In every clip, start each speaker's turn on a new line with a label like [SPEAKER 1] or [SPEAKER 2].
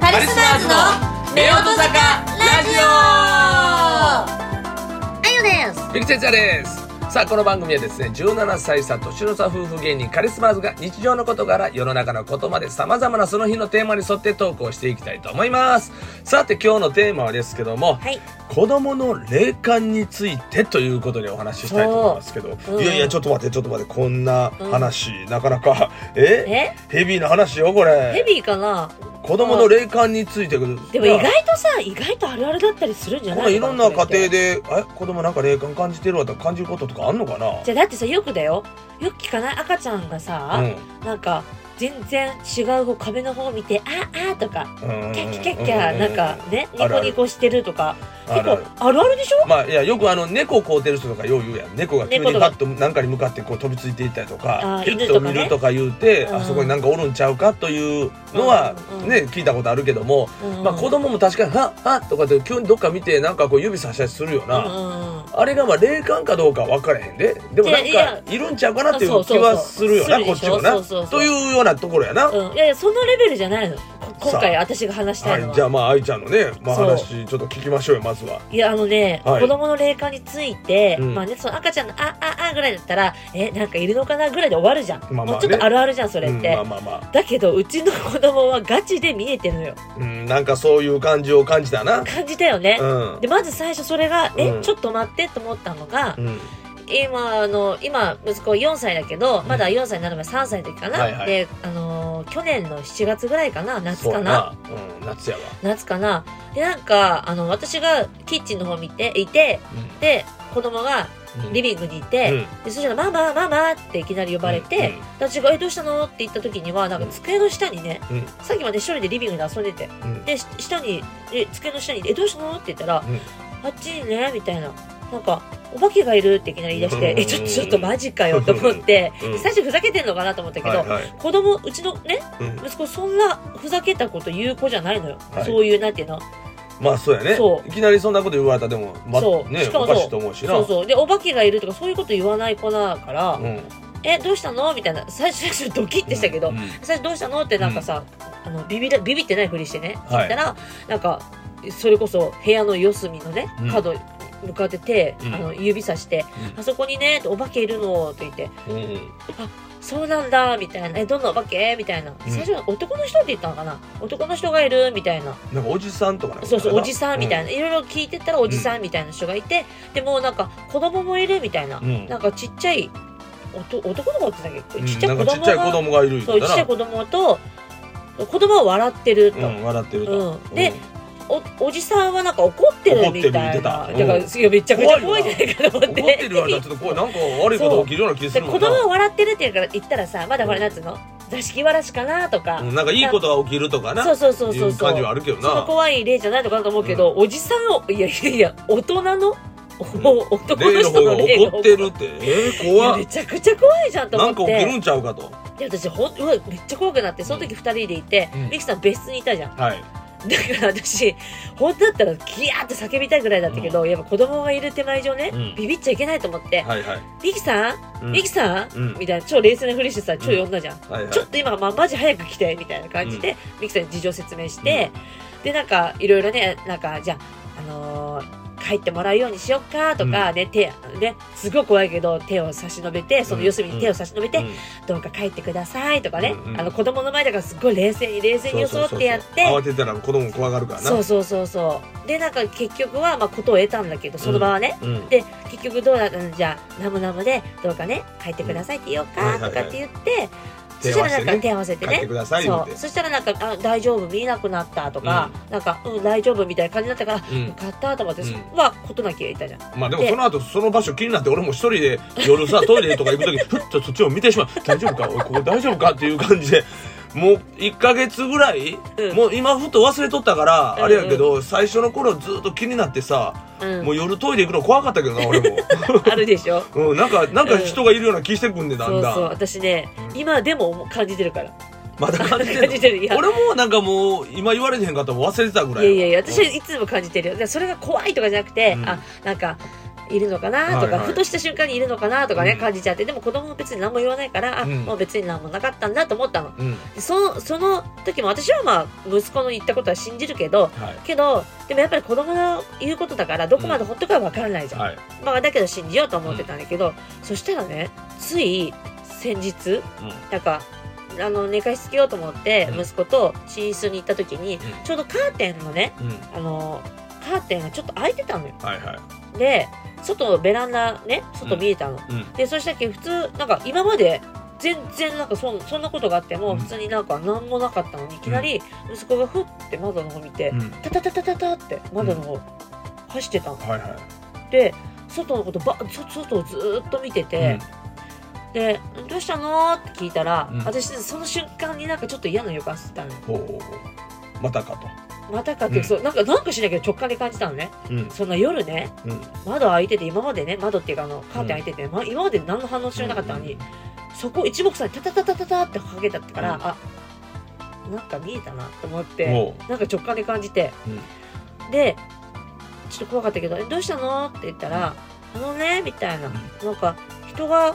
[SPEAKER 1] カリスマーズの夫婦坂ラジ
[SPEAKER 2] あゆです
[SPEAKER 1] オゆきちゃちゃですさあこの番組はですね17歳差年の差夫婦芸人カリスマーズが日常のことから世の中のことまでさまざまなその日のテーマに沿ってトークをしていきたいと思いますさて今日のテーマはですけども、
[SPEAKER 2] はい
[SPEAKER 1] 子供の霊感についてということでお話ししたいと思いますけど、
[SPEAKER 2] うん
[SPEAKER 1] いやいやちょっと待ってちょっと待ってこんな話、なかなかえ
[SPEAKER 2] え
[SPEAKER 1] ヘビーな話よこれ
[SPEAKER 2] ヘビーかな
[SPEAKER 1] 子供の霊感についてでも
[SPEAKER 2] でも意外とさ意外とあるあるだったりするんじゃない
[SPEAKER 1] いろんな家庭
[SPEAKER 2] で
[SPEAKER 1] でえ子供なんか霊感感じてるわとか感じることとかあんのかな
[SPEAKER 2] じゃあだってさよくだよよく聞かない赤ちゃんがさ、
[SPEAKER 1] うん
[SPEAKER 2] なんか全然違う方壁の方を見て「あーあー」とか「キャッキャッキャッキ
[SPEAKER 1] う
[SPEAKER 2] ャ」
[SPEAKER 1] う
[SPEAKER 2] なんかねニ
[SPEAKER 1] あるあ
[SPEAKER 2] コ
[SPEAKER 1] る
[SPEAKER 2] ニコしてるとか
[SPEAKER 1] あ
[SPEAKER 2] 結
[SPEAKER 1] るあ
[SPEAKER 2] 構ある
[SPEAKER 1] る
[SPEAKER 2] あるでしょ
[SPEAKER 1] まあいやよくあの猫を飼うてる人とかよう言うやん猫が急に
[SPEAKER 2] 猫と
[SPEAKER 1] パ
[SPEAKER 2] か
[SPEAKER 1] ッと何かに向かってこう飛びついていったりと
[SPEAKER 2] あ
[SPEAKER 1] か
[SPEAKER 2] ー
[SPEAKER 1] ピュッ
[SPEAKER 2] 犬
[SPEAKER 1] と
[SPEAKER 2] とか
[SPEAKER 1] 見
[SPEAKER 2] ね
[SPEAKER 1] るとか言うて
[SPEAKER 2] うん
[SPEAKER 1] あそこになんかおるんちゃうかというのは
[SPEAKER 2] うんうん
[SPEAKER 1] ね聞いたことあるけどもまあ子供も確かに「はっはっ」とかって急にどっか見てなんかこう指さしたりするよな。
[SPEAKER 2] な
[SPEAKER 1] あれがまあ霊感かどうかは分からへんででもなん
[SPEAKER 2] いや
[SPEAKER 1] かいるんちゃうかなっていう気はするよな
[SPEAKER 2] そう
[SPEAKER 1] こ
[SPEAKER 2] そうそ
[SPEAKER 1] っ
[SPEAKER 2] う
[SPEAKER 1] ちもな
[SPEAKER 2] そうそうそう
[SPEAKER 1] というようなところやな、
[SPEAKER 2] うんいやいやそのレベルじゃないのこ今回私が話したいの
[SPEAKER 1] は
[SPEAKER 2] はい
[SPEAKER 1] じゃあまあ愛ちゃんのね、まあ、
[SPEAKER 2] そう
[SPEAKER 1] 話ちょっと聞きましょうよまずはい
[SPEAKER 2] やあのね、
[SPEAKER 1] はい
[SPEAKER 2] 子供の霊感について、
[SPEAKER 1] うん
[SPEAKER 2] まあねその赤ちゃんの「あああ」ぐらいだったら「えなんかいるのかな?」ぐらいで終わるじゃん、
[SPEAKER 1] まあまあね
[SPEAKER 2] もうちょっとあるあるじゃんそれって、
[SPEAKER 1] うん、まあまあまあ
[SPEAKER 2] だけどうちの子供はガチで見えてるのよ
[SPEAKER 1] うんなんかそういう感じを感じたな
[SPEAKER 2] 感じたよね
[SPEAKER 1] う、ん
[SPEAKER 2] でまず最初それが「え
[SPEAKER 1] うん
[SPEAKER 2] ちょっと待って」と思ったのが、
[SPEAKER 1] うん
[SPEAKER 2] 今あの今息子4歳だけどまだ4歳になる前3歳の時かな、
[SPEAKER 1] はいはい
[SPEAKER 2] であのー去年の7月ぐらいかな夏
[SPEAKER 1] そう
[SPEAKER 2] か
[SPEAKER 1] や
[SPEAKER 2] な
[SPEAKER 1] な、うん、夏やわ、
[SPEAKER 2] 夏かなでなんかあの私がキッチンの方見ていてで子供が
[SPEAKER 1] うん
[SPEAKER 2] リビングにいて、
[SPEAKER 1] うん
[SPEAKER 2] でそしたら「ママママ」っていきなり呼ばれて、で私が「えどうしたの?」って言った時にはなんか机の下にね、
[SPEAKER 1] うん
[SPEAKER 2] さっきまで一人でリビングで遊んでて
[SPEAKER 1] うんうん
[SPEAKER 2] でし下にえ机の下に「えどうしたの?」って言ったら「
[SPEAKER 1] うん
[SPEAKER 2] あっちにね」みたいななんか「お化けがいる」っていきなり言い出して
[SPEAKER 1] う
[SPEAKER 2] 「
[SPEAKER 1] ん
[SPEAKER 2] えちょちょっとマジかよ」と思って
[SPEAKER 1] うん
[SPEAKER 2] で最初ふざけてんのかなと思ったけど、
[SPEAKER 1] はいはい
[SPEAKER 2] 子供うちのね
[SPEAKER 1] うん、
[SPEAKER 2] 息子そんなふざけたこと言う子じゃないのよ、
[SPEAKER 1] はい
[SPEAKER 2] そういうなんていうの
[SPEAKER 1] まあそうやね
[SPEAKER 2] そう
[SPEAKER 1] いきなりそんなこと言われたらでも、ま
[SPEAKER 2] そう
[SPEAKER 1] ね
[SPEAKER 2] しか
[SPEAKER 1] お
[SPEAKER 2] も
[SPEAKER 1] かしいと思うしな
[SPEAKER 2] そうそうでお化けがいるとかそういうこと言わない子だから「
[SPEAKER 1] うん、
[SPEAKER 2] えどうしたの?」みたいな最初最初ドキッてしたけど、
[SPEAKER 1] うんうん
[SPEAKER 2] 最初どうしたのってなんかさ、あのビビらビビってないふりしてね
[SPEAKER 1] はい
[SPEAKER 2] 聞いたら、なんかそれこそ部屋の四隅のね
[SPEAKER 1] うん
[SPEAKER 2] 角に向かって手、
[SPEAKER 1] うん
[SPEAKER 2] あの指さして「あそこにねお化けいるの」って言って
[SPEAKER 1] うんうん
[SPEAKER 2] 「そうなんだ」みたいな「えどんなお化け?」みたいな
[SPEAKER 1] うん
[SPEAKER 2] 最初男の人って言ったのかな男の人がいるみたいな
[SPEAKER 1] なんかおじさんとかなんか
[SPEAKER 2] そうそうおじさんみたい
[SPEAKER 1] な、
[SPEAKER 2] な、いろいろ聞いてったらおじさんみたいな人がいて、でもうなんか子供もいるみたいな、
[SPEAKER 1] うん
[SPEAKER 2] なんかちっちゃいおと男の子って言ってたっけ
[SPEAKER 1] うん、
[SPEAKER 2] ちっちゃい子
[SPEAKER 1] なんかちっちゃい子
[SPEAKER 2] 供が
[SPEAKER 1] 供がいる
[SPEAKER 2] そうちっちゃい子供と子供は笑ってると。
[SPEAKER 1] うん、笑ってると、
[SPEAKER 2] うんでおおじさんはなんか怒ってるみたいな
[SPEAKER 1] 怒ってる見てたうん
[SPEAKER 2] だからすげえめちゃくちゃ
[SPEAKER 1] 怖
[SPEAKER 2] 怖
[SPEAKER 1] い
[SPEAKER 2] い
[SPEAKER 1] よ
[SPEAKER 2] じ
[SPEAKER 1] な
[SPEAKER 2] ゃないかと思
[SPEAKER 1] 怒
[SPEAKER 2] っ
[SPEAKER 1] っててるよう になっちょっとこうなんか悪いこと起きるような気す
[SPEAKER 2] で
[SPEAKER 1] る
[SPEAKER 2] 子
[SPEAKER 1] もんな
[SPEAKER 2] 供は笑ってるっていうから言ったらさまだほらなんつうの座敷わらしかなとか、
[SPEAKER 1] うんなんかいいことが起きるとかな
[SPEAKER 2] そうそうそう
[SPEAKER 1] い
[SPEAKER 2] そう
[SPEAKER 1] う
[SPEAKER 2] そう
[SPEAKER 1] 感じはあるけど
[SPEAKER 2] その
[SPEAKER 1] な
[SPEAKER 2] 怖い例じゃないのかなと思うけど、おじさんをいやいやいや大人の、お男の
[SPEAKER 1] 例の
[SPEAKER 2] 人
[SPEAKER 1] 方が
[SPEAKER 2] の例が
[SPEAKER 1] 怒ってるってえー、
[SPEAKER 2] いや
[SPEAKER 1] 怖っ
[SPEAKER 2] めちゃくちゃ怖いじゃんと
[SPEAKER 1] な
[SPEAKER 2] 思
[SPEAKER 1] ん
[SPEAKER 2] っ
[SPEAKER 1] か
[SPEAKER 2] て
[SPEAKER 1] 起きるんちゃうかと
[SPEAKER 2] いや私ほんうわめっちゃ怖くなってその時二人でいて、
[SPEAKER 1] うん
[SPEAKER 2] ミキさん別室にいたじゃん
[SPEAKER 1] はい
[SPEAKER 2] だから私本当だったらギヤーって叫びたいぐらいだったけど、やっぱ子供がいる手前上ね、
[SPEAKER 1] うん
[SPEAKER 2] ビビっちゃいけないと思って
[SPEAKER 1] はいはい
[SPEAKER 2] 「ミキさん
[SPEAKER 1] うん
[SPEAKER 2] ミキさん
[SPEAKER 1] うん
[SPEAKER 2] みたいな超冷静なふりしてさ超呼んだじゃん、
[SPEAKER 1] はいはい
[SPEAKER 2] ちょっと今、まあ、マジ早く来てみたいな感じで、ミキさんに事情説明して、でなんかいろいろねなんかじゃあ、あのー帰ってもらうようにしよっかとか、ね手ねすごい怖いけど手を差し伸べてその四隅に手を差し伸べて、
[SPEAKER 1] う
[SPEAKER 2] どうか帰ってくださいとかね、
[SPEAKER 1] うんうん
[SPEAKER 2] あの子供の前だからすっごい冷静に冷静
[SPEAKER 1] ん
[SPEAKER 2] に装ってやって。
[SPEAKER 1] そうそうそうそう慌てたら子供も怖がるからな
[SPEAKER 2] そうそうそうそうでなんか結局はまあことを得たんだけどその場はね、
[SPEAKER 1] うん、
[SPEAKER 2] で結局どうだったのじゃあ「ナムナムでどうかね帰ってください」って言おう
[SPEAKER 1] は
[SPEAKER 2] か
[SPEAKER 1] いはいはい
[SPEAKER 2] とかって言って、そ
[SPEAKER 1] 手
[SPEAKER 2] した
[SPEAKER 1] 合わ
[SPEAKER 2] ら
[SPEAKER 1] せ
[SPEAKER 2] な
[SPEAKER 1] て
[SPEAKER 2] ん
[SPEAKER 1] ね
[SPEAKER 2] か手合わせて
[SPEAKER 1] 帰って
[SPEAKER 2] ね
[SPEAKER 1] ください言
[SPEAKER 2] そうう
[SPEAKER 1] て
[SPEAKER 2] そしたらなんか「あ大丈夫見えなくなった」とか、なんか「うん大丈夫」みたいな感じだったから「
[SPEAKER 1] う
[SPEAKER 2] よ
[SPEAKER 1] ん、
[SPEAKER 2] かった」と思って、
[SPEAKER 1] うん
[SPEAKER 2] そこは事なきゃいたじゃん
[SPEAKER 1] まあでも
[SPEAKER 2] で
[SPEAKER 1] その後その場所気になって俺も一人で夜さトイレとか行く時ふっとそっちを見てしまう大丈夫かおいここ大丈夫かっていう感じでもう1か月ぐらい、
[SPEAKER 2] うん
[SPEAKER 1] もう今ふと忘れとったから、
[SPEAKER 2] うんうん
[SPEAKER 1] あれやけど最初の頃ずっと気になってさ、
[SPEAKER 2] うん
[SPEAKER 1] もう夜トイレ行くの怖かったけどな俺も、
[SPEAKER 2] あるでしょ
[SPEAKER 1] うん、なんかなんか人がいるような気してくんでだ
[SPEAKER 2] そ
[SPEAKER 1] ん
[SPEAKER 2] う
[SPEAKER 1] だん
[SPEAKER 2] そう私ね、
[SPEAKER 1] うん
[SPEAKER 2] 今でも感じてるから
[SPEAKER 1] まだ感じて
[SPEAKER 2] 感
[SPEAKER 1] んの
[SPEAKER 2] じて るいや
[SPEAKER 1] 俺もなんかもう今言われてへんかったら忘れてたぐら
[SPEAKER 2] い
[SPEAKER 1] い
[SPEAKER 2] や
[SPEAKER 1] よ
[SPEAKER 2] いやいや私はいつも感じてるよでそれが怖いとかじゃなくて、
[SPEAKER 1] うん
[SPEAKER 2] あなんかいるのかなとか、
[SPEAKER 1] はいはい
[SPEAKER 2] ふとした瞬間にいるのかなとかね、
[SPEAKER 1] うん
[SPEAKER 2] 感じちゃってでも子供も別に何も言わないから、あ
[SPEAKER 1] うん
[SPEAKER 2] もう別に何もなかったんだと思ったの
[SPEAKER 1] うん
[SPEAKER 2] でそのその時も私はまあ息子の言ったことは信じるけど
[SPEAKER 1] はい
[SPEAKER 2] けどでもやっぱり子供の言うことだからどこまでほっとくかわからないじゃん、
[SPEAKER 1] はい
[SPEAKER 2] まあだけど信じようと思ってたんだけど、そしたらねつい先日なんかあの寝かしつけようと思って
[SPEAKER 1] うん
[SPEAKER 2] 息子と寝室に行った時に、
[SPEAKER 1] ん
[SPEAKER 2] ちょうどカーテンのね
[SPEAKER 1] うんうん
[SPEAKER 2] あのカーテンがちょっと開いてたのよ
[SPEAKER 1] はいはい
[SPEAKER 2] で外のベランダね外見えたの、
[SPEAKER 1] うん
[SPEAKER 2] でそしたっけ普通なんか今まで全然なんかそんそんなことがあって
[SPEAKER 1] う
[SPEAKER 2] も
[SPEAKER 1] ん
[SPEAKER 2] 普通になんか何もなかったのにいきなり息子がふって窓の方見て、
[SPEAKER 1] うん
[SPEAKER 2] タタタタタタって窓の方走ってたの、
[SPEAKER 1] はいはい
[SPEAKER 2] で外のことばそ外をずーっと見てて、で「どうしたの?」って聞いたら、
[SPEAKER 1] うん
[SPEAKER 2] 私その瞬間になんかちょっと嫌な予感してたのよ
[SPEAKER 1] ほうほうほうまたか
[SPEAKER 2] またかって、
[SPEAKER 1] うん
[SPEAKER 2] そうなんかなんかしなきゃ直感で感じたのね
[SPEAKER 1] とうん
[SPEAKER 2] その夜ね
[SPEAKER 1] うん
[SPEAKER 2] 窓開いてて今までね窓っていうかあのカーテン開いてて、ま今まで何の反応しなかったのに、そこ一目散にタタタタタタってかけたってから、
[SPEAKER 1] うん
[SPEAKER 2] あなんか見えたなと思って
[SPEAKER 1] ほ
[SPEAKER 2] なんか直感で感じて、でちょっと怖かったけど「えどうしたの?」って言ったら「あのね」みたいな、なんか人が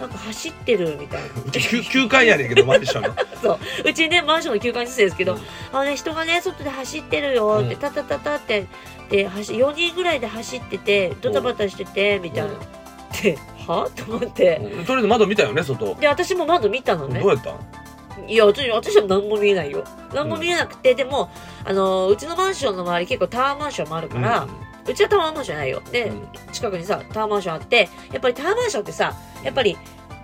[SPEAKER 2] なんか走ってるみたいな
[SPEAKER 1] う 9, 階やねんけどマンションの
[SPEAKER 2] うちねマンションの9階に住んでるんですけど、
[SPEAKER 1] うん
[SPEAKER 2] あのね人がね外で走ってるよって、
[SPEAKER 1] うん
[SPEAKER 2] タタタタってで走4人ぐらいで走っててドタバタしててみたいな、ってはと思って
[SPEAKER 1] うんとりあえず窓見たよね外
[SPEAKER 2] で私も窓見たの
[SPEAKER 1] どう
[SPEAKER 2] ね
[SPEAKER 1] やったん
[SPEAKER 2] いや私私は何も見えないよ何も見えなくて、でもあのうちのマンションの周り結構タワーマンションもあるから、うちはタワーマンションじゃないよで、
[SPEAKER 1] うん
[SPEAKER 2] 近くにさタワーマンションあってやっぱりタワーマンションってさやっぱり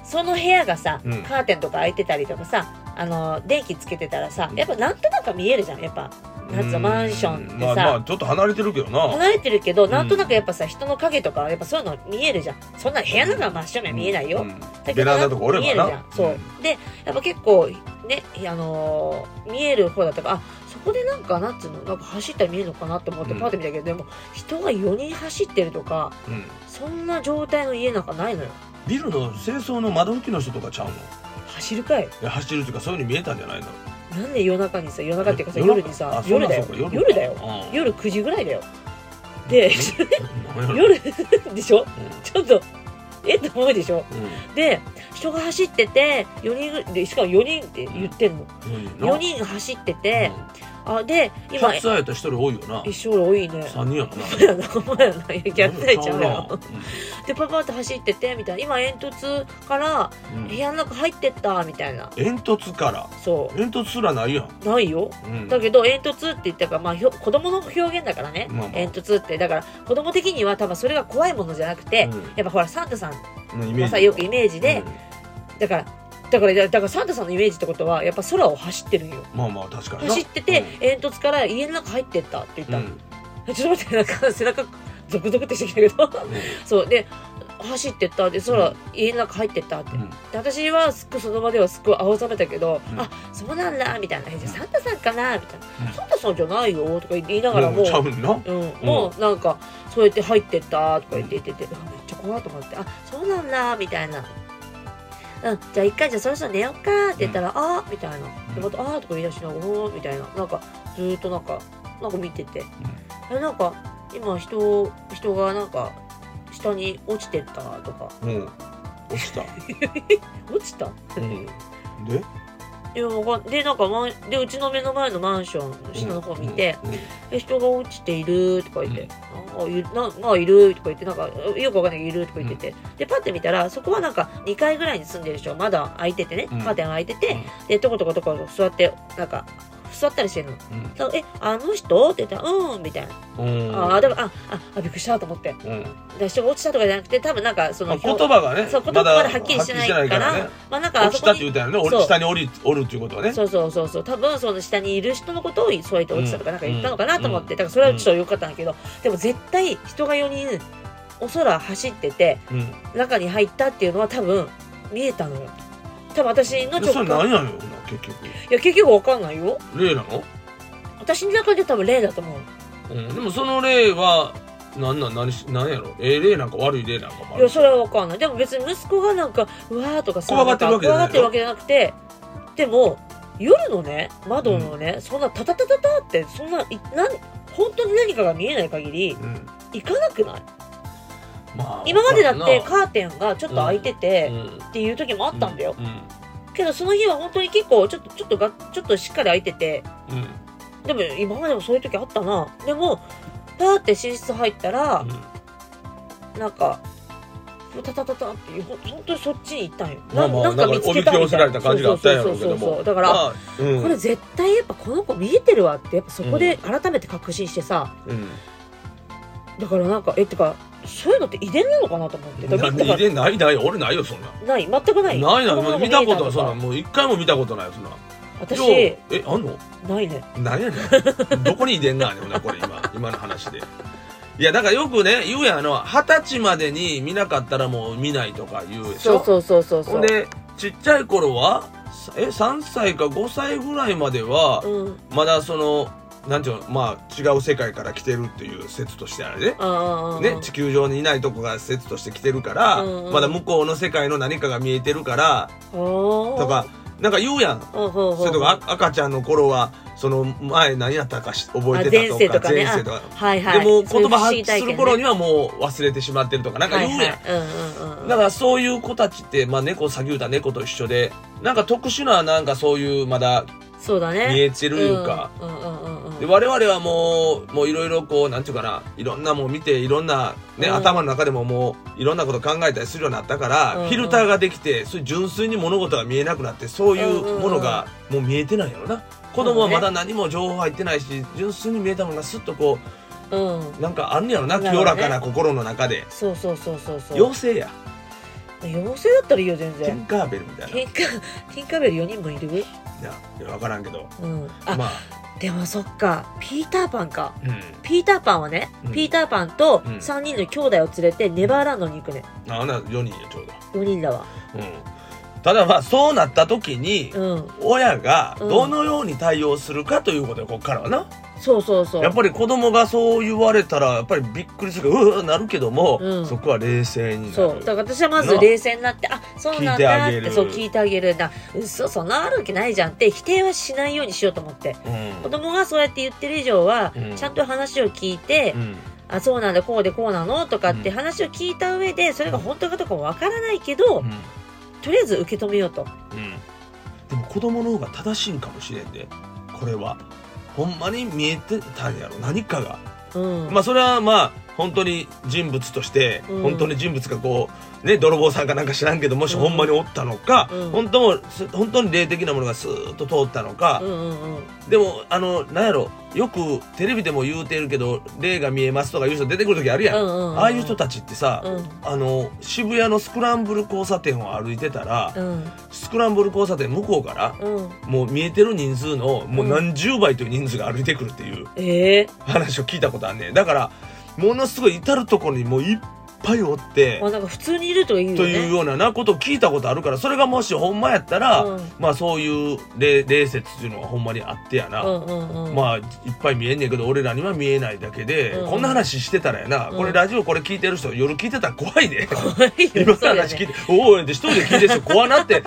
[SPEAKER 2] その部屋がさ、
[SPEAKER 1] うん
[SPEAKER 2] カーテンとか開いてたりとかさあの電気つけてたらさ
[SPEAKER 1] うん
[SPEAKER 2] やっぱなんとなく見えるじゃんやっぱ
[SPEAKER 1] うん
[SPEAKER 2] なんつうのマンションってさ
[SPEAKER 1] まあまあちょっと離れてるけどな
[SPEAKER 2] 離れてるけど
[SPEAKER 1] ん
[SPEAKER 2] なんとなくやっぱさ人の影とかやっぱそういうの見えるじゃんそんな部屋なんか真正面見えないよ、
[SPEAKER 1] うんうん
[SPEAKER 2] だけど
[SPEAKER 1] ベランダとかおればな
[SPEAKER 2] 見えるじゃんそう、でやっぱ結構ねあのー見える方だったからあそこでなんかなんつうのなんか走ったら見えるのかなと思って
[SPEAKER 1] うん
[SPEAKER 2] パッて見たけど、でも人が4人走ってるとか
[SPEAKER 1] うんうん
[SPEAKER 2] そんな状態の家なんかないのよ
[SPEAKER 1] ビルの清掃の窓拭きの人とかちゃうの
[SPEAKER 2] 走るかい
[SPEAKER 1] いや走るというかそういう風に見えたんじゃないの
[SPEAKER 2] なんで夜中にさ夜中っていうかさ
[SPEAKER 1] 夜
[SPEAKER 2] 夜にさ
[SPEAKER 1] あそう
[SPEAKER 2] 夜
[SPEAKER 1] なん
[SPEAKER 2] だよ
[SPEAKER 1] そうか
[SPEAKER 2] 夜
[SPEAKER 1] 夜か
[SPEAKER 2] だよ
[SPEAKER 1] うん
[SPEAKER 2] 夜9時ぐらいだよで
[SPEAKER 1] うんうん
[SPEAKER 2] 夜 でしょ
[SPEAKER 1] うん
[SPEAKER 2] ちょっとえっと思うでしょ
[SPEAKER 1] う
[SPEAKER 2] で人が走ってて4人でしかも4人って言ってんの
[SPEAKER 1] んうん
[SPEAKER 2] 4人が走ってて、あで
[SPEAKER 1] うん
[SPEAKER 2] 今
[SPEAKER 1] 100歳やったら1人多いよな
[SPEAKER 2] 一生多いね。
[SPEAKER 1] 3人やもんな
[SPEAKER 2] お前らのお前らの逆されちゃうよ。
[SPEAKER 1] う
[SPEAKER 2] でパパって走っててみたいな今煙突から
[SPEAKER 1] んうん
[SPEAKER 2] 部屋の中入ってったみたいな
[SPEAKER 1] 煙突から
[SPEAKER 2] そ
[SPEAKER 1] 煙突すらないやん、
[SPEAKER 2] うないよ
[SPEAKER 1] うん
[SPEAKER 2] だけど煙突って言ったから、まあ、ひょ子供の表現だからね、
[SPEAKER 1] まあまあ
[SPEAKER 2] 煙突ってだから子供的には多分それが怖いものじゃなくて、
[SPEAKER 1] うん
[SPEAKER 2] やっぱほらサンタさん
[SPEAKER 1] のイメー
[SPEAKER 2] が
[SPEAKER 1] ジ
[SPEAKER 2] さよくイメージで、だからだからだからサンタさんのイメージってことはやっぱ空を走ってるんよ
[SPEAKER 1] うんまあまあ確かにな
[SPEAKER 2] 走ってて、煙突から家の中入ってったって言っ
[SPEAKER 1] うん
[SPEAKER 2] た
[SPEAKER 1] う
[SPEAKER 2] の、
[SPEAKER 1] ん
[SPEAKER 2] ちょっと待ってなんか 背中ゾクゾクってしてきたけど そうで走ってったで空、
[SPEAKER 1] うん
[SPEAKER 2] 家の中入ってったって、
[SPEAKER 1] うん
[SPEAKER 2] で私はすっごいその場ではすっごい青ざめたけど、
[SPEAKER 1] うん
[SPEAKER 2] あそうなんだみたいなえじゃあサンタさんかなみたいな、
[SPEAKER 1] うん
[SPEAKER 2] サンタさんじゃないよとか言いながらも、
[SPEAKER 1] ちゃう
[SPEAKER 2] うん
[SPEAKER 1] な
[SPEAKER 2] もうなんかそうやって入ってったとか言って言ってて、うわめっちゃ怖いと思ってあそうなんだみたいな。うん、じゃあ一回じゃあそろそろ寝ようかって言ったら「あみたいなでまた「あ」とか言い出しながら「おーみたいななんかずーっとなんかなんか見ててえなんか今人人がなんか下に落ちてったとか
[SPEAKER 1] うんうん落ちた、
[SPEAKER 2] 落ちた
[SPEAKER 1] うん、で
[SPEAKER 2] いやわかんでなんかマンでうちの目の前のマンションの下の方見て、
[SPEAKER 1] うん
[SPEAKER 2] え人が落ちているとか言って、あいるなまあいるとか言ってなんかよくわかんないけどいるとか言ってて、でパッて見たらそこはなんか2階ぐらいに住んでる人まだ開いててね、
[SPEAKER 1] うん
[SPEAKER 2] カーテン開いてて、
[SPEAKER 1] う
[SPEAKER 2] でとことことこ座ってなんか座ったりしてるの
[SPEAKER 1] う
[SPEAKER 2] 「
[SPEAKER 1] ん
[SPEAKER 2] えあの人?」って言ったら「うん」みたいな「
[SPEAKER 1] うんうん
[SPEAKER 2] ああでもあああびっくりした」と思って。
[SPEAKER 1] うん
[SPEAKER 2] だ人が落ちたとかじゃなくて多分なんかそ
[SPEAKER 1] まあ
[SPEAKER 2] の
[SPEAKER 1] 言葉がね
[SPEAKER 2] そう言葉
[SPEAKER 1] ま
[SPEAKER 2] が
[SPEAKER 1] だ
[SPEAKER 2] まだはっきりしてない
[SPEAKER 1] はっきり
[SPEAKER 2] から
[SPEAKER 1] ね
[SPEAKER 2] まあなんかあ
[SPEAKER 1] 落
[SPEAKER 2] そ
[SPEAKER 1] ちた
[SPEAKER 2] こ
[SPEAKER 1] って言
[SPEAKER 2] に
[SPEAKER 1] うたよね
[SPEAKER 2] そう
[SPEAKER 1] 俺下に降りおるっていうことは ね
[SPEAKER 2] そうそうそうそう多分その下にいる人のことをそうやって落ちたとかなんか言ったのかなと思って、だ
[SPEAKER 1] うん
[SPEAKER 2] からそれはちょっと良かったんだけど、でも絶対人が4人お空走ってて
[SPEAKER 1] うん
[SPEAKER 2] 中に入ったっていうのは多分見えたのよ多分私の
[SPEAKER 1] でそ
[SPEAKER 2] 直感
[SPEAKER 1] れ何
[SPEAKER 2] い
[SPEAKER 1] やのよほな結局
[SPEAKER 2] や結局わかんないよ
[SPEAKER 1] 例なの
[SPEAKER 2] 私の中で多分例だと思う
[SPEAKER 1] うん、でもその例はなんなん何しなんやろええ例なんか悪い例なんかも
[SPEAKER 2] い
[SPEAKER 1] あ
[SPEAKER 2] や
[SPEAKER 1] る
[SPEAKER 2] それはわかんないでも別に息子がなんかうわーとかさ
[SPEAKER 1] 怖がってるわけじゃな
[SPEAKER 2] ん
[SPEAKER 1] い
[SPEAKER 2] か怖がってるわけじゃなくてでも夜のね窓のね、そんなタタタタタってそんないなん本当に何かが見えない限り
[SPEAKER 1] うん
[SPEAKER 2] 行かなくない
[SPEAKER 1] まあ
[SPEAKER 2] 今までだって
[SPEAKER 1] っ
[SPEAKER 2] カーテンがちょっと開いてて、っていう時もあったんだよ、けどその日は本当に結構ちょっとちょっとがちょっとしっかり開いてて
[SPEAKER 1] うんうん
[SPEAKER 2] でも今までもそういう時あったなでもパーって寝室入ったら、なんかタタタタっていうほ本当にそっちに行ったんよ、
[SPEAKER 1] まあまあ
[SPEAKER 2] なんか見つけた
[SPEAKER 1] なんかおびき寄
[SPEAKER 2] みた
[SPEAKER 1] せ
[SPEAKER 2] いな
[SPEAKER 1] られた感じがあったんやろうけど
[SPEAKER 2] そうそうそうそう
[SPEAKER 1] も
[SPEAKER 2] だから、
[SPEAKER 1] まあうん
[SPEAKER 2] これ絶対やっぱこの子見えてるわってやっぱそこで改めて確信してさ、
[SPEAKER 1] うん
[SPEAKER 2] だからなんかえってかそういうのって遺伝なのかなと思ってだからだ
[SPEAKER 1] 何
[SPEAKER 2] か
[SPEAKER 1] でないない俺ないよそんな
[SPEAKER 2] らない全くない
[SPEAKER 1] ないない
[SPEAKER 2] この
[SPEAKER 1] もう
[SPEAKER 2] 子見
[SPEAKER 1] 見
[SPEAKER 2] え
[SPEAKER 1] たことは
[SPEAKER 2] か
[SPEAKER 1] そんなもう一回も見たことないよそんなよう
[SPEAKER 2] 私
[SPEAKER 1] えあんの
[SPEAKER 2] ないね
[SPEAKER 1] 何やね んどこに遺伝があんねんほなこれ今今の話でいやだからよくね言うやんあの二十歳までに見なかったらもう見ないとか言うでし
[SPEAKER 2] そ
[SPEAKER 1] ょ
[SPEAKER 2] うそうそうそうそ
[SPEAKER 1] ほ
[SPEAKER 2] うん
[SPEAKER 1] でちっちゃい頃はえ3歳か5歳ぐらいまでは、
[SPEAKER 2] うん
[SPEAKER 1] まだそのなんていうのまあ違う世界から来てるっていう説としてあれね
[SPEAKER 2] ああ
[SPEAKER 1] ね、地球上にいないとこが説として来てるから、
[SPEAKER 2] うんうん
[SPEAKER 1] まだ向こうの世界の何かが見えてるからと
[SPEAKER 2] と
[SPEAKER 1] かなんか言うやん
[SPEAKER 2] うんうんうん
[SPEAKER 1] それとかあ赤ちゃんの頃はその前何やったかし覚えてた
[SPEAKER 2] あ前世と
[SPEAKER 1] とか
[SPEAKER 2] かね
[SPEAKER 1] 前世とか
[SPEAKER 2] はいはい
[SPEAKER 1] でも言葉発
[SPEAKER 2] そういう不思
[SPEAKER 1] す
[SPEAKER 2] 議体験ね
[SPEAKER 1] る頃にはもう忘れてしまってるとかなんか言うやん、
[SPEAKER 2] はいはいうんうんうん
[SPEAKER 1] だからそういう子たちって、まあ、猫先言うた猫と一緒でなんか特殊ななんかそういうまだ
[SPEAKER 2] そうだね
[SPEAKER 1] 見えてるいうか、
[SPEAKER 2] うんうんうんうんうん
[SPEAKER 1] で我々はもうもういろいろこうなんていうかないろんなもう見ていろんな、ね
[SPEAKER 2] うん
[SPEAKER 1] 頭の中でももういろんなこと考えたりするようになったから、
[SPEAKER 2] うんうん
[SPEAKER 1] フィルターができてそういう純粋に物事が見えなくなってそういうものがもう見えてないやろな。子供はまだ何も情報入ってないし、純粋に見えたものがスッとこ
[SPEAKER 2] うん
[SPEAKER 1] うなんかあんねやろな
[SPEAKER 2] な
[SPEAKER 1] 清
[SPEAKER 2] るほどね
[SPEAKER 1] らかな心の中で
[SPEAKER 2] そうそうそうそうそう
[SPEAKER 1] 妖精や
[SPEAKER 2] 妖精だったらいいよ全
[SPEAKER 1] ティン
[SPEAKER 2] 然
[SPEAKER 1] カーベルみたいな
[SPEAKER 2] ティンカティンカーベル4人もいる
[SPEAKER 1] いやいや分からんけど
[SPEAKER 2] うんあ
[SPEAKER 1] まあ
[SPEAKER 2] でもそっかピーターパンか
[SPEAKER 1] うん
[SPEAKER 2] ピーターパンはね、
[SPEAKER 1] うん
[SPEAKER 2] ピーターパンと
[SPEAKER 1] うん
[SPEAKER 2] 3人の兄弟を連れてネバーランドに行くね
[SPEAKER 1] あな4人やちょうど。
[SPEAKER 2] 4人だわ
[SPEAKER 1] うん、ただまあそうなった時に、
[SPEAKER 2] うん
[SPEAKER 1] 親が
[SPEAKER 2] うん
[SPEAKER 1] どのように対応するかということでこっからはな、
[SPEAKER 2] そうそうそう
[SPEAKER 1] やっぱり子供がそう言われたらやっぱりびっくりするからうわなるけども、
[SPEAKER 2] うん
[SPEAKER 1] そこは冷静にな
[SPEAKER 2] そう
[SPEAKER 1] る
[SPEAKER 2] だから私はまず冷静になってあそうなんだっ
[SPEAKER 1] 聞いてあげ
[SPEAKER 2] て
[SPEAKER 1] る
[SPEAKER 2] そう聞いてあげるな嘘そんなあるわけないじゃんって否定はしないようにしようと思って
[SPEAKER 1] うん
[SPEAKER 2] 子供がそうやって言ってる以上は、
[SPEAKER 1] うん
[SPEAKER 2] ちゃんと話を聞いて、
[SPEAKER 1] うん
[SPEAKER 2] あそうなんだこうでこうなのとかって
[SPEAKER 1] うん
[SPEAKER 2] 話を聞いた上でそれが本当かどうかもわからないけど、
[SPEAKER 1] うん
[SPEAKER 2] とりあえず受け止めようと
[SPEAKER 1] うんでも子供の方が正しいんかもしれんでこれはほんまに見えてたんやろ何かが。
[SPEAKER 2] うん、
[SPEAKER 1] まあそれはまあ本当に人物として、
[SPEAKER 2] うん
[SPEAKER 1] 本当に人物がこうね泥棒さんかなんか知らんけどもし
[SPEAKER 2] うん
[SPEAKER 1] ほんまにおったのか、
[SPEAKER 2] うん
[SPEAKER 1] 本当もす本当に霊的なものがスーッと通ったのか
[SPEAKER 2] う、んうんうん
[SPEAKER 1] でもあのなんやろよくテレビでも言うてるけど霊が見えますとかいう人出てくる時あるや
[SPEAKER 2] う
[SPEAKER 1] ん、
[SPEAKER 2] んうんうん
[SPEAKER 1] ああいう人たちってさ、
[SPEAKER 2] うん
[SPEAKER 1] あの渋谷のスクランブル交差点を歩いてたら、
[SPEAKER 2] うん
[SPEAKER 1] スクランブル交差点向こうから
[SPEAKER 2] うん
[SPEAKER 1] もう見えてる人数のもう
[SPEAKER 2] うん
[SPEAKER 1] 何十倍という人数が歩いてくるっていう。
[SPEAKER 2] ええ
[SPEAKER 1] 話を聞いたことあんねんだからものすごい至る所にもういっぱいおって
[SPEAKER 2] まあなんか普通にいるというよね
[SPEAKER 1] というようななことを聞いたことあるからそれがもしほんまやったら、
[SPEAKER 2] うん
[SPEAKER 1] まあそういう霊霊説っていうのがほんまにあってやな、
[SPEAKER 2] うんうんうん
[SPEAKER 1] まあいっぱい見えんねんけど俺らには見えないだけで、
[SPEAKER 2] うん
[SPEAKER 1] こんな話してたらやな、
[SPEAKER 2] うん
[SPEAKER 1] これラジオこれ聞いてる人夜聞いてたら怖 いで、
[SPEAKER 2] 怖いよ
[SPEAKER 1] 今の
[SPEAKER 2] そうだよね
[SPEAKER 1] 話聞いて「おお」って一人で聞いてる人怖 なって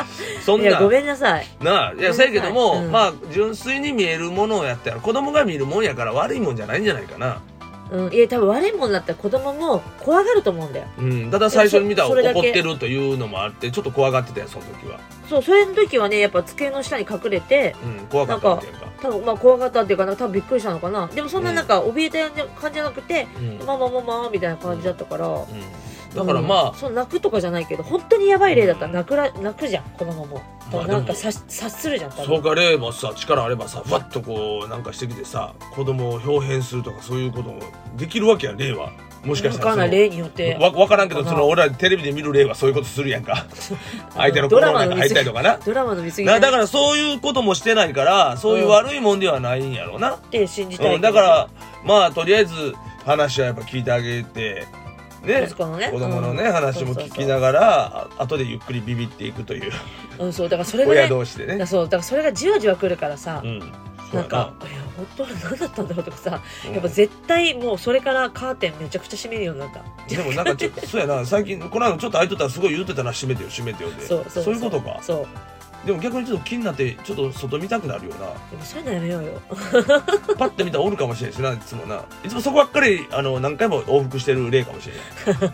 [SPEAKER 1] そん
[SPEAKER 2] いや
[SPEAKER 1] な
[SPEAKER 2] ごめんなさい
[SPEAKER 1] なあいやせやけども、
[SPEAKER 2] うん
[SPEAKER 1] まあ純粋に見えるものをやったら子供が見るもんやから悪いもんじゃないんじゃないかな。
[SPEAKER 2] うん、いや多分悪いもんだったら子供も怖がると思うんだよ
[SPEAKER 1] うん、ただ最初に見たら
[SPEAKER 2] そそれだけ
[SPEAKER 1] 怒ってるというのもあってちょっと怖がってたよその時は、
[SPEAKER 2] そうそれの時はねやっぱ机の下に隠れて
[SPEAKER 1] うん、怖かったっていうか
[SPEAKER 2] 多分まあ怖かったっていうかな多分びっくりしたのかなでもそんななんか怯えた感じじゃなくて、
[SPEAKER 1] うんうん
[SPEAKER 2] まあまあまあまあみたいな感じだったから、
[SPEAKER 1] だからま
[SPEAKER 2] うんその泣くとかじゃないけど本当にやばい例だったら泣くら泣くじゃん子供も、
[SPEAKER 1] あでも
[SPEAKER 2] なんか察察するじゃん
[SPEAKER 1] あ、
[SPEAKER 2] 多
[SPEAKER 1] そう
[SPEAKER 2] 分
[SPEAKER 1] か霊もさ力あればさふわっとこうなんかしてきてさ子供を表変するとかそういうこともできるわけや霊はもしかした
[SPEAKER 2] わ
[SPEAKER 1] ら
[SPEAKER 2] かんな
[SPEAKER 1] その
[SPEAKER 2] い例によって
[SPEAKER 1] わわからんけど
[SPEAKER 2] か
[SPEAKER 1] そ
[SPEAKER 2] な
[SPEAKER 1] の俺らテレビで見る霊はそういうことするやんか相手の
[SPEAKER 2] ドラ
[SPEAKER 1] 心
[SPEAKER 2] マ
[SPEAKER 1] の中
[SPEAKER 2] の
[SPEAKER 1] に入ったりとかな
[SPEAKER 2] ドラマの見過ぎ
[SPEAKER 1] なだかららそういうこともしてないからそういう悪いもんではないんやろうな、
[SPEAKER 2] って信じたい、
[SPEAKER 1] うん、だからまあとりあえず話はやっぱ聞いてあげてね
[SPEAKER 2] 息子のね
[SPEAKER 1] 子供のね、
[SPEAKER 2] うん
[SPEAKER 1] 話も聞きながらあ後でゆっくりビビっていくという
[SPEAKER 2] うんそうだからそれが
[SPEAKER 1] 親
[SPEAKER 2] ね
[SPEAKER 1] 同士でね。
[SPEAKER 2] そうだからそれがじわじわくるからさ、
[SPEAKER 1] うん、そう
[SPEAKER 2] な
[SPEAKER 1] や
[SPEAKER 2] んか、いや本当は何だったんだろうとかさ、
[SPEAKER 1] うん
[SPEAKER 2] やっぱ絶対もうそれからカーテンめちゃくちゃ閉めるようになった。
[SPEAKER 1] でもなんかちょっとそうやな最近この間ちょっと空いとったらすごい言うてたな閉めてよ閉めてよで
[SPEAKER 2] そうそう
[SPEAKER 1] いうことか
[SPEAKER 2] そう。
[SPEAKER 1] でも逆にちょっと気になってちょっと外見たくなるよ
[SPEAKER 2] でもそういうのやめようよ。
[SPEAKER 1] なパッと見たらおるかもしれんしないつもないつもそこばっかりあの何回も往復してる例かもしれない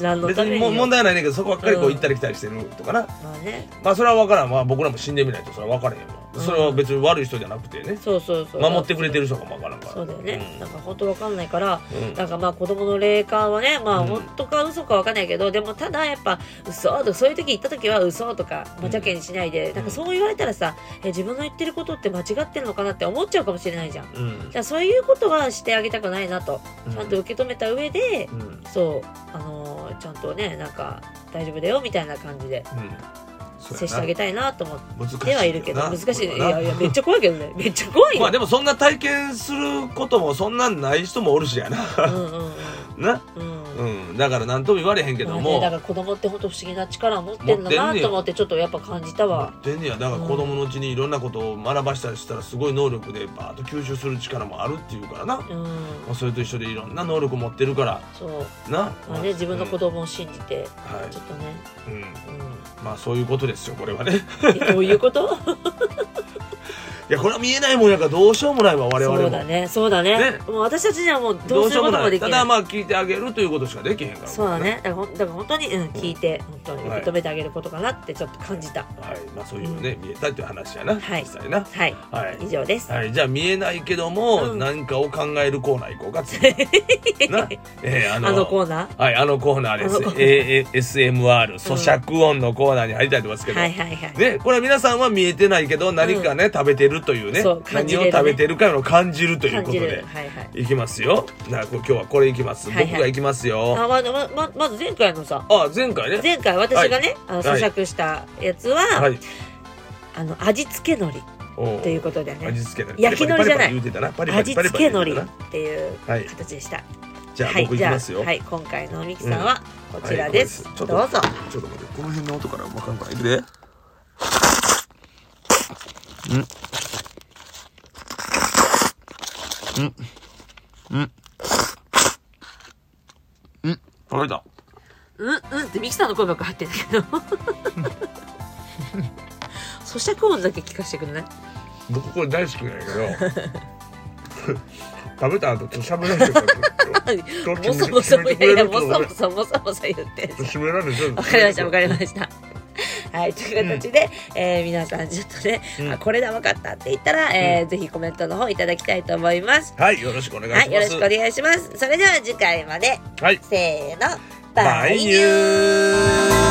[SPEAKER 2] 何の
[SPEAKER 1] 別
[SPEAKER 2] ため
[SPEAKER 1] にも
[SPEAKER 2] によ。
[SPEAKER 1] 問題はないねんけどそこばっかりこ
[SPEAKER 2] う
[SPEAKER 1] うん行ったり来たりしてるとかな、
[SPEAKER 2] まあね。
[SPEAKER 1] まあそれは分からん、まあ、僕らも死んでみないとそれは分からへんわ、
[SPEAKER 2] うん
[SPEAKER 1] それは別に悪い人じゃなくてね
[SPEAKER 2] そうそうそう。
[SPEAKER 1] 守ってくれてる人かも分からんから
[SPEAKER 2] そうだよね。なんか本当わかんないから、
[SPEAKER 1] うんうん
[SPEAKER 2] なんかまあ子供の霊感はね、ま
[SPEAKER 1] う
[SPEAKER 2] あ
[SPEAKER 1] ん
[SPEAKER 2] 本当か嘘かわかんないけど、でもただやっぱ嘘とかそういう時行った時は嘘とか、まあ、邪気にしないで、なんかそう言われたらさ、え自分の言ってることって間違ってるのかなって思っちゃうかもしれないじゃん。だ
[SPEAKER 1] う
[SPEAKER 2] か
[SPEAKER 1] ん
[SPEAKER 2] らそういうことはしてあげたくないなと、
[SPEAKER 1] うん
[SPEAKER 2] ちゃんと受け止めた上で、
[SPEAKER 1] うんうん
[SPEAKER 2] そう、あのーちゃんとね、なんか大丈夫だよみたいな感じで
[SPEAKER 1] そうやな
[SPEAKER 2] 接してあげたいなと思って
[SPEAKER 1] 難し
[SPEAKER 2] ではいるけど、
[SPEAKER 1] な
[SPEAKER 2] 難しいね。い
[SPEAKER 1] これは
[SPEAKER 2] や
[SPEAKER 1] な
[SPEAKER 2] いや、めっちゃ怖いけど ね。めっちゃ怖いよ。
[SPEAKER 1] まあでもそんな体験することもそんなんない人もおるしやな
[SPEAKER 2] うんうんうん。
[SPEAKER 1] な、
[SPEAKER 2] うん
[SPEAKER 1] うん、だから何とも言われへんけど
[SPEAKER 2] まあね
[SPEAKER 1] も、
[SPEAKER 2] だから子供って本当不思議な力を持ってんだ
[SPEAKER 1] 持ってん
[SPEAKER 2] な
[SPEAKER 1] ねや
[SPEAKER 2] と思ってちょっとやっぱ感じた
[SPEAKER 1] 持
[SPEAKER 2] わ、
[SPEAKER 1] ってんねやだから子供のうちにいろんなことを学ばしたりしたらすごい能力でバーッと吸収する力もあるっていうからな、ま
[SPEAKER 2] うん、
[SPEAKER 1] あ、それと一緒でいろんな能力持ってるから
[SPEAKER 2] そう、
[SPEAKER 1] な、
[SPEAKER 2] まあね、自分の子
[SPEAKER 1] と、
[SPEAKER 2] 供を信じて
[SPEAKER 1] うんは
[SPEAKER 2] ちょっとね、
[SPEAKER 1] い、うん、
[SPEAKER 2] う
[SPEAKER 1] まあそういうことですよこれはね
[SPEAKER 2] ん、えどういうこと
[SPEAKER 1] いやこれは見えないもんやからどうしようもないわ 我々も
[SPEAKER 2] そうだねそうだね
[SPEAKER 1] ね
[SPEAKER 2] もう私たちにはもうど
[SPEAKER 1] ど
[SPEAKER 2] う
[SPEAKER 1] う
[SPEAKER 2] す
[SPEAKER 1] し
[SPEAKER 2] る
[SPEAKER 1] よう
[SPEAKER 2] こと
[SPEAKER 1] も
[SPEAKER 2] も
[SPEAKER 1] な
[SPEAKER 2] で
[SPEAKER 1] い
[SPEAKER 2] きな
[SPEAKER 1] た
[SPEAKER 2] い
[SPEAKER 1] だまあ聞いてあげるということしかできへんから
[SPEAKER 2] そうだねだからほんだから本当に、うん、聞いて本当に
[SPEAKER 1] はい
[SPEAKER 2] 受け止めてあげることかなってちょっと感じた
[SPEAKER 1] はいまあそういうね見えたっていう話やな、
[SPEAKER 2] はい
[SPEAKER 1] 実際な
[SPEAKER 2] はい、
[SPEAKER 1] はい
[SPEAKER 2] 以上です、
[SPEAKER 1] はい、じゃあ見えないけども、
[SPEAKER 2] うん
[SPEAKER 1] 何かを考えるコーナー行こうか次は な、えー、あ
[SPEAKER 2] あ
[SPEAKER 1] の
[SPEAKER 2] のコーナー
[SPEAKER 1] はいあのコーナーです
[SPEAKER 2] あのコーナ
[SPEAKER 1] ASMR 咀嚼音のコーナーに入りたいと思いますけど、
[SPEAKER 2] はいはいはい、
[SPEAKER 1] ね、これは皆さんは見えてないけど何かね、食べてるというね
[SPEAKER 2] そう感じ
[SPEAKER 1] 何
[SPEAKER 2] れるね
[SPEAKER 1] を食べてるかを感じるという
[SPEAKER 2] 感
[SPEAKER 1] こと
[SPEAKER 2] じる
[SPEAKER 1] で
[SPEAKER 2] はいはい
[SPEAKER 1] いきますよじゃあこ今日はこれいきます、
[SPEAKER 2] はいはい
[SPEAKER 1] 僕がいきますよ
[SPEAKER 2] あままままず前回のさ
[SPEAKER 1] あ前回ね
[SPEAKER 2] 前回私がね、あの
[SPEAKER 1] は
[SPEAKER 2] 咀
[SPEAKER 1] い
[SPEAKER 2] 嚼したやつは、
[SPEAKER 1] はい
[SPEAKER 2] あの味付け海苔
[SPEAKER 1] お
[SPEAKER 2] ということで
[SPEAKER 1] 味
[SPEAKER 2] ね
[SPEAKER 1] 付けのり
[SPEAKER 2] 焼き海苔じゃない
[SPEAKER 1] パリパリパリ言うてたなパリパ
[SPEAKER 2] 味
[SPEAKER 1] リパ
[SPEAKER 2] 付
[SPEAKER 1] リパ
[SPEAKER 2] け
[SPEAKER 1] リ
[SPEAKER 2] 海
[SPEAKER 1] 言う
[SPEAKER 2] 苔
[SPEAKER 1] てたな
[SPEAKER 2] っていう
[SPEAKER 1] はい
[SPEAKER 2] 形でした、
[SPEAKER 1] じゃあ、僕いきますよ、
[SPEAKER 2] はい、今回のミキさんはこちらです、
[SPEAKER 1] はいこれ
[SPEAKER 2] どうぞ
[SPEAKER 1] ちょっと待って、この辺の音からわかんかないで。んんんん食べた。
[SPEAKER 2] うんうんってミキさんの声ばっか入ってんだけど咀嚼音だけ聞かせてくれない
[SPEAKER 1] 僕これ大好きなんやけど。食べた後、ちょっとしゃべらせてくどっち
[SPEAKER 2] も
[SPEAKER 1] も
[SPEAKER 2] そもそ
[SPEAKER 1] 決
[SPEAKER 2] も
[SPEAKER 1] め
[SPEAKER 2] い
[SPEAKER 1] て
[SPEAKER 2] やいや
[SPEAKER 1] くれる
[SPEAKER 2] もそもそ
[SPEAKER 1] と
[SPEAKER 2] もそもそ言って
[SPEAKER 1] れ。閉められてる。
[SPEAKER 2] わかりましたわかりましたはいという形で、えー皆さんちょっとね、
[SPEAKER 1] うん
[SPEAKER 2] あこれだわかったって言ったら、えーぜひコメントの方いただきたいと思います
[SPEAKER 1] はい、よろしくお願いします。
[SPEAKER 2] はい、よろしくお願いします。それでは次回まで、
[SPEAKER 1] はい、
[SPEAKER 2] せーの、
[SPEAKER 1] バイニュー